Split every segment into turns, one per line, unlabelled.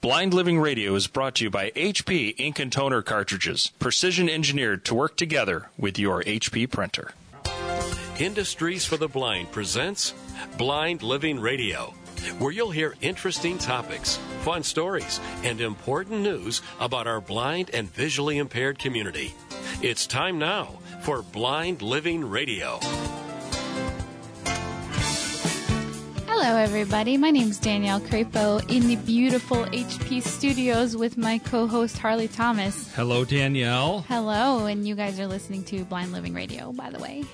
Blind Living Radio is brought to you by HP Ink and Toner cartridges, precision engineered to work together with your HP printer.
Industries for the Blind presents Blind Living Radio, where you'll hear interesting topics, fun stories, and important news about our blind and visually impaired community. It's time now for Blind Living Radio.
Hello, everybody. My name's Danielle Crapo in the beautiful HP studios with my co host Harley Thomas.
Hello, Danielle.
Hello, and you guys are listening to Blind Living Radio, by the way.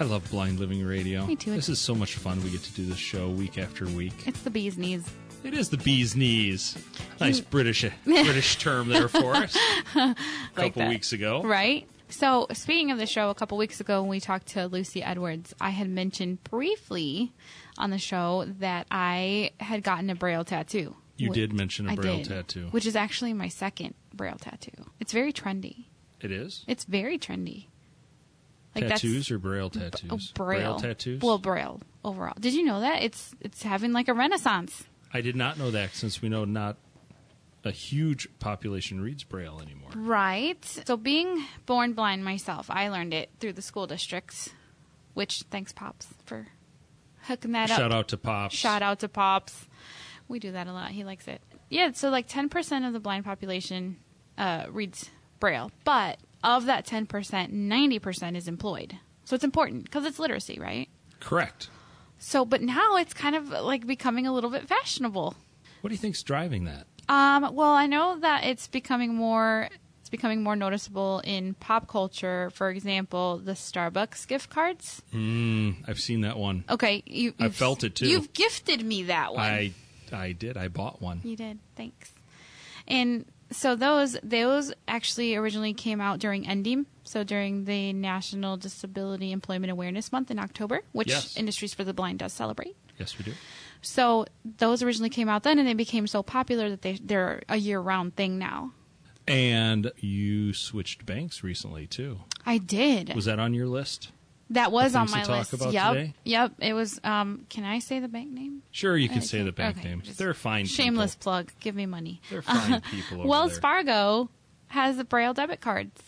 I love Blind Living Radio.
Me too.
This is so much fun. We get to do this show week after week.
It's the bee's knees.
It is the bee's knees. Nice British British term there for us. A
Mm. Like
couple
that.
weeks ago.
Right? So, speaking of the show, a couple weeks ago when we talked to Lucy Edwards, I had mentioned briefly on the show that I had gotten a braille tattoo.
You
Wh-
did mention a
I
braille
did,
tattoo.
Which is actually my second braille tattoo. It's very trendy.
It is?
It's very trendy. that's-
tattoos or braille
Oh,
tattoos?
braille.
tattoos?
Well, braille overall. Did you know that it's it's having like a renaissance?
I did not know that since we know not a huge population reads braille anymore.
Right. So being born blind myself, I learned it through the school districts, which thanks pops for hooking that up.
Shout out to Pops.
Shout out to Pops. We do that a lot. He likes it. Yeah, so like 10% of the blind population uh, reads Braille, but of that 10%, 90% is employed. So it's important because it's literacy, right?
Correct.
So, but now it's kind of like becoming a little bit fashionable.
What do you think's driving that?
Um, well, I know that it's becoming more it's becoming more noticeable in pop culture. For example, the Starbucks gift cards.
I've seen that one.
Okay, you
I
you've-
felt it, too.
You've gifted me that one.
I I did. I bought one.
You did. Thanks. And so those those actually originally came out during Endim, so during the National Disability Employment Awareness Month in October, which
Yes.
Industries for the Blind does celebrate.
Yes, we do.
So those originally came out then, and they became so popular that they they're a year round thing now.
And you switched banks recently too.
I did.
Was that on your list?
that was
the
on
things
my
to talk
list.
about
yep.
today?
Yep. It was. Um. Can I say the bank name?
Sure, you can
Okay.
say the bank
Okay.
names.
Just
They're fine.
Shameless
people.
plug. Give me money.
They're fine people. Over
Wells
there.
Fargo has the Braille debit cards.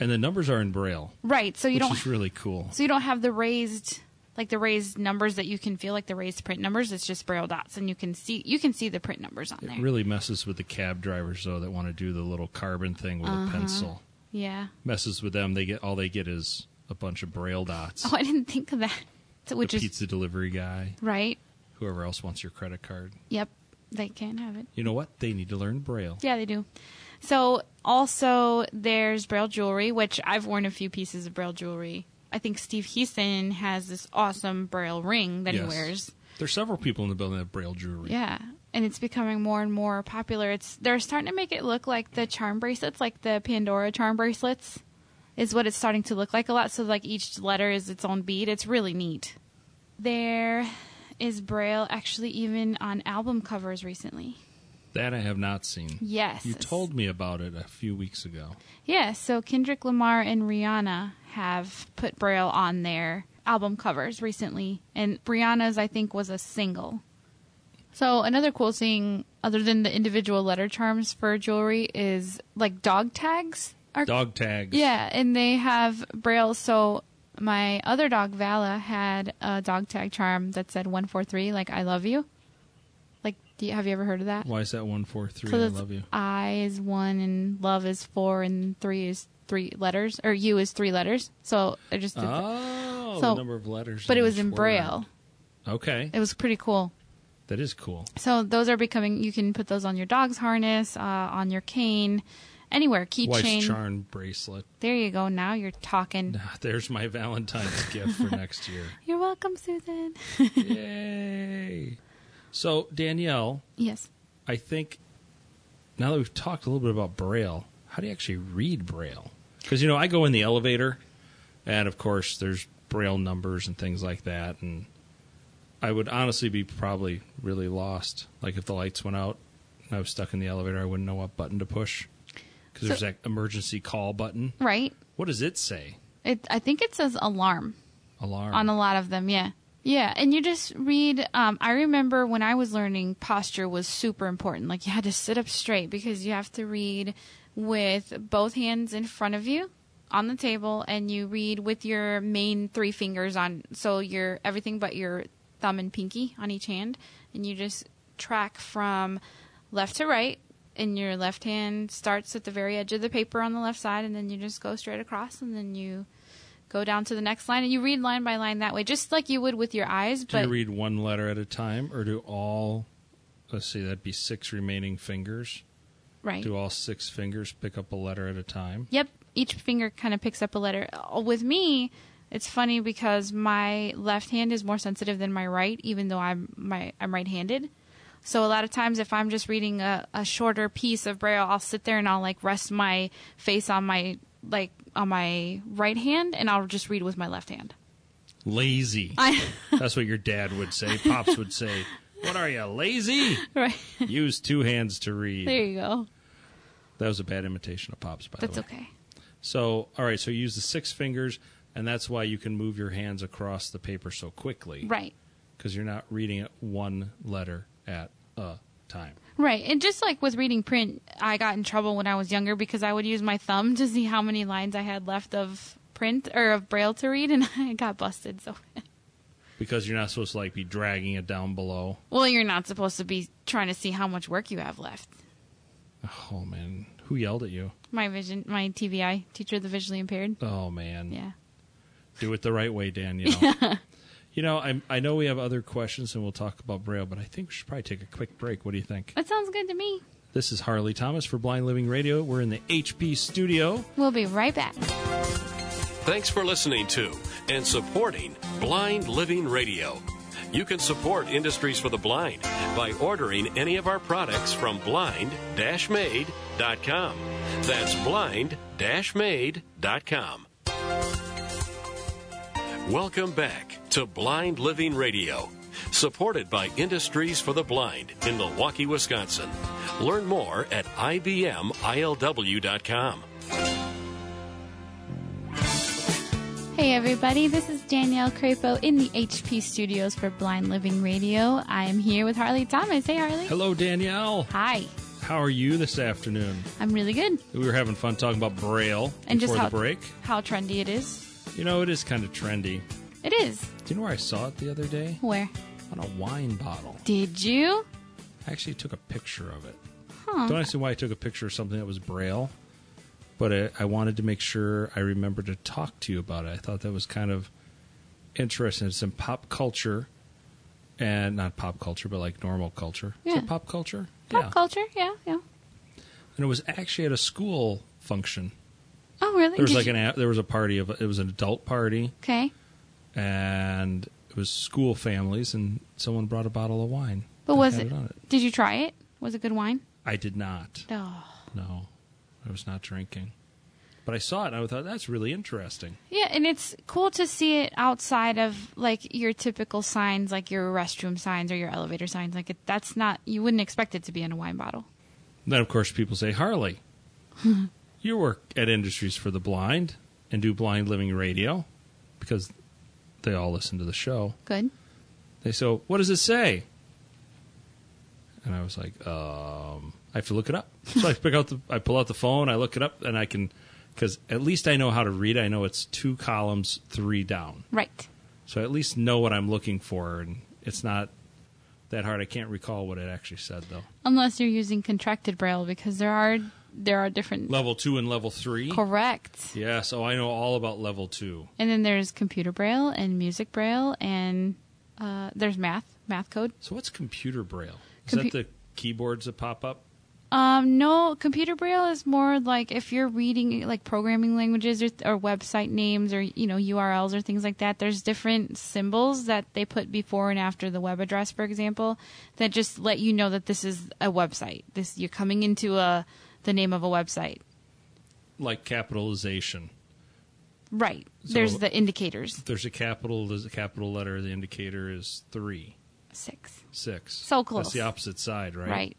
and the numbers are in braille,
Right. So you
which
don't
is really cool.
So you don't have the raised like the raised numbers that you can feel like the raised print numbers. It's just braille dots, and you can see you can see the print numbers on there.
It really messes with the cab drivers though that want to do the little carbon thing with
Uh-huh.
a pencil.
yeah.
Messes with them. They get all they get is a bunch of braille dots.
Oh, I didn't think of that. So, which
the
is
pizza delivery guy,
right.
whoever else wants your credit card.
Yep, they can't have it.
You know what? They need to learn braille.
Yeah, they do. So also there's braille jewelry, which I've worn a few pieces of braille jewelry. I think Steve Heason has this awesome braille ring that he
Yes.
wears.
There's several people in the building that have braille jewelry.
Yeah, and it's becoming more and more popular. It's they're starting to make it look like the charm bracelets, like the Pandora charm bracelets, is what it's starting to look like a lot. So like each letter is its own bead. It's really neat. There is braille actually even on album covers recently.
That I have not seen.
Yes,
You told me about it a few weeks ago.
Yeah, so Kendrick Lamar and Rihanna have put braille on their album covers recently, and Rihanna's I think was a single. So another cool thing, other than the individual letter charms for jewelry, is like dog tags are
Dog tags.
yeah, and they have braille. So my other dog Vala had a dog tag charm that said one four three, like I love you. Like, do you, have you ever heard of that?
Why is that one four three?
So
I
that's
love you.
I is one and love is four and three is three letters or U is three letters. So I just did that.
Oh,
So-
the number of letters.
but it was
each
in
word.
braille.
Okay,
It was pretty cool.
that is cool.
So those are becoming. You can put those on your dog's harness, uh, on your cane, anywhere
Wife's
keychain.
charm bracelet.
There you go. Now you're talking.
Ah, There's my Valentine's gift for next year.
You're welcome, Susan.
Yay! So Danielle,
yes.
I think now that we've talked a little bit about braille, how do you actually read braille? Because you know, I go in the elevator, and of course, there's braille numbers and things like that, and I would honestly be probably really lost. Like if the lights went out and I was stuck in the elevator, I wouldn't know what button to push because
So-
there's that emergency call button.
Right.
What does it say?
It. I think it says alarm
Alarm.
on a lot of them. Yeah. Yeah, and you just read. Um, I remember when I was learning, posture was super important. Like you had to sit up straight because you have to read with both hands in front of you on the table, and you read with your main three fingers on. So your everything but your thumb and pinky on each hand, and you just track from left to right. And your left hand starts at the very edge of the paper on the left side, and then you just go straight across, and then you go down to the next line and you read line by line that way just like you would with your eyes
Do
but
you read one letter at a time, or do all? Let's see, that'd be six remaining fingers.
right
Do all six fingers pick up a letter at a time?
yep each finger kind of picks up a letter Uh, with me it's funny because my left hand is more sensitive than my right even though i'm my i'm right-handed so a lot of times if i'm just reading a, a shorter piece of braille i'll sit there and i'll like rest my face on my like on my right hand and i'll just read with my left hand
Lazy.
I,
That's what your dad would say. Pops would say, "What are you lazy?
right
Use two hands to read."
there you go
That was a bad imitation of Pops, by
that's
the way.
okay
So, all right, so you use the six fingers, and that's why you can move your hands across the paper so quickly.
right
Because you're not reading it one letter at a time.
Right. And just like with reading print, I got in trouble when I was younger because I would use my thumb to see how many lines I had left of print or of braille to read and I got busted. So
Because you're not supposed to like be dragging it down below.
well, you're not supposed to be trying to see how much work you have left.
Oh man, who yelled at you?
My vision, my TVI, teacher of the visually impaired.
Oh man,
Yeah.
do it the right way, Danielle. You know, I I know we have other questions and we'll talk about Braille, but I think we should probably take a quick break. What do you think?
That sounds good to me.
This is Harley Thomas for Blind Living Radio. We're in the HP studio.
We'll be right back.
Thanks for listening to and supporting Blind Living Radio. You can support Industries for the Blind by ordering any of our products from blind-made.com. That's blind-made.com. Welcome back to Blind Living Radio, supported by Industries for the Blind in Milwaukee, Wisconsin. Learn more at ibmilw.com.
Hey everybody, this is Danielle Crapo in the HP studios for Blind Living Radio. I am here with Harley Thomas. Hey Harley.
Hello, Danielle.
Hi.
How are you this afternoon?
I'm really good.
We were having fun talking about Braille
And
before
just how
the break.
how trendy it is.
You know, it is kind of trendy.
It is.
Do you know where I saw it the other day?
Where?
On a wine bottle.
Did you?
I actually took a picture of it.
Huh.
Don't ask me why I took a picture of something that was Braille, but I, I wanted to make sure I remembered to talk to you about it. I thought that was kind of interesting. It's in pop culture, and not pop culture, but like normal culture. Is it
Yeah.
pop culture?
Pop
yeah.
culture, yeah, yeah.
and it was actually at a school function.
Oh, really?
There was
Did
like
you-
an a- there was a party of it was an adult party.
okay,
and it was school families, and someone brought a bottle of wine.
but
and
was
had
it,
on it?
Did you try it? Was it good wine?
I did not.
Oh,
No, I was not drinking. But I saw it, and I thought that's really interesting.
yeah. And it's cool to see it outside of like your typical signs, like your restroom signs or your elevator signs. Like it, that's not you wouldn't expect it to be in a wine bottle.
Then, of course, people say, "Harley, you work at Industries for the Blind and do Blind Living Radio," because they all listen to the show.
Good.
They say, "What does it say?" And I was like, um, "I have to look it up." So I pick out the, I pull out the phone, I look it up, and I can, because at least I know how to read. I know it's two columns, three down,
Right.
so I at least know what I'm looking for, and it's not that hard. I can't recall what it actually said though.
Unless you're using contracted braille, because there are there are different.
Level E. two and level three.
Correct.
Yeah, so I know all about level two.
And then there's computer braille and music braille and uh, there's math math code.
So what's computer braille? Is
Compu-
that the keyboards that pop up?
Um, no, computer braille is more like if you're reading like programming languages or, or website names or you know URLs or things like that. There's different symbols that they put before and after the web address, for example, that just let you know that this is a website. This you're coming into a the name of a website,
Like capitalization.
right?
So-
there's the indicators
There's a capital. There's a capital letter. The indicator is three,
six,
six.
So close.
That's the opposite side, right?
right?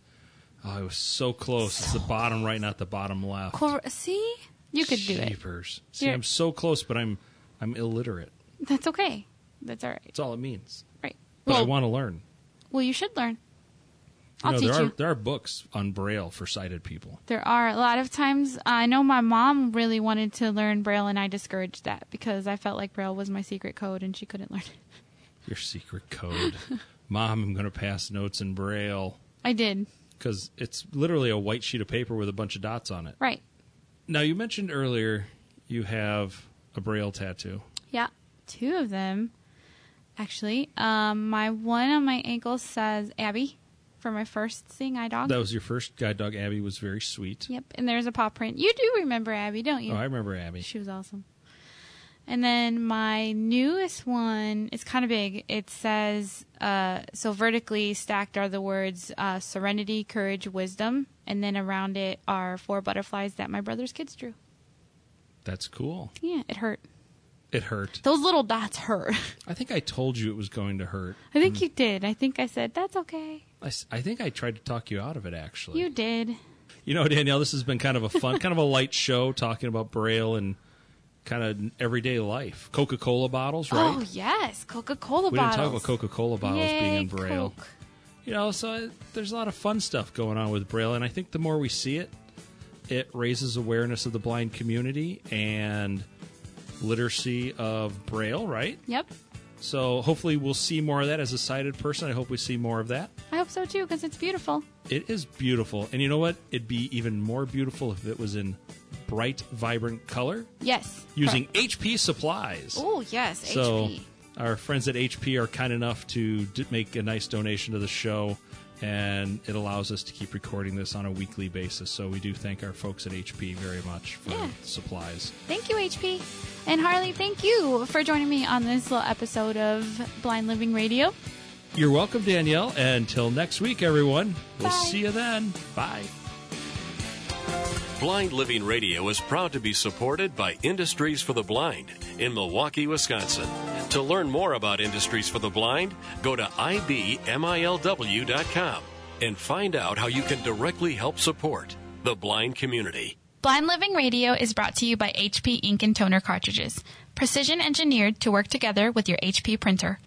Oh, it was so close. it's the bottom right, not the bottom left.
Cor- see, you could do it.
Jeepers. See,
You're-
I'm so close, but I'm I'm illiterate.
That's okay. That's all right.
That's all it means.
Right.
But I
Well,
want to learn.
well, you should learn.
You
I'll
know,
teach
there are
you.
there are books on Braille for sighted people.
There are a lot of times. uh, I know my mom really wanted to learn Braille, and I discouraged that because I felt like Braille was my secret code, and she couldn't learn it.
Your secret code, Mom. I'm going to pass notes in Braille
I did.
because it's literally a white sheet of paper with a bunch of dots on it.
Right.
Now you mentioned earlier you have a Braille tattoo.
Yeah. Two of them, actually. Um, my one on my ankle says Abby for my first seeing eye dog.
That was your first guide dog. Abby was very sweet.
Yep. And there's a paw print. You do remember Abby, don't you?
Oh, I remember Abby.
She was awesome. And then my newest one is kind of big. It says, uh, so vertically stacked are the words uh, serenity, courage, wisdom. And then around it are four butterflies that my brother's kids drew.
That's cool.
Yeah, it hurt.
It hurt.
Those little dots hurt.
I think I told you it was going to hurt.
I think you did. I think I said, that's okay.
I, s- I think I tried to talk you out of it, actually.
You did.
You know, Danielle, this has been kind of a fun, kind of a light show talking about Braille and kind of everyday life. Coca Cola bottles, right?
Oh, yes. Coca Cola bottles.
we didn't talk about Coca Cola bottles
Yay,
being in Braille.
Coke.
You know, so I, there's a lot of fun stuff going on with Braille, and I think the more we see it, it raises awareness of the blind community and literacy of Braille, right?
Yep.
So hopefully we'll see more of that as a sighted person. I hope we see more of that.
I hope so too, because it's beautiful.
It is beautiful. And you know what? It'd be even more beautiful if it was in bright, vibrant color
Yes.
using HP supplies.
Oh, yes.
so
HP.
our friends at HP are kind enough to d- make a nice donation to the show and it allows us to keep recording this on a weekly basis. So we do thank our folks at HP very much for
Yeah.
supplies.
Thank you, HP. And Harley, thank you for joining me on this little episode of Blind Living Radio.
You're welcome, Danielle. And Until next week, everyone. We'll
Bye.
see you then. Bye.
Blind Living Radio is proud to be supported by Industries for the Blind in Milwaukee, Wisconsin. To learn more about Industries for the Blind, go to ibmilw.com and find out how you can directly help support the blind community.
Blind Living Radio is brought to you by HP ink and toner cartridges, precision engineered to work together with your HP printer.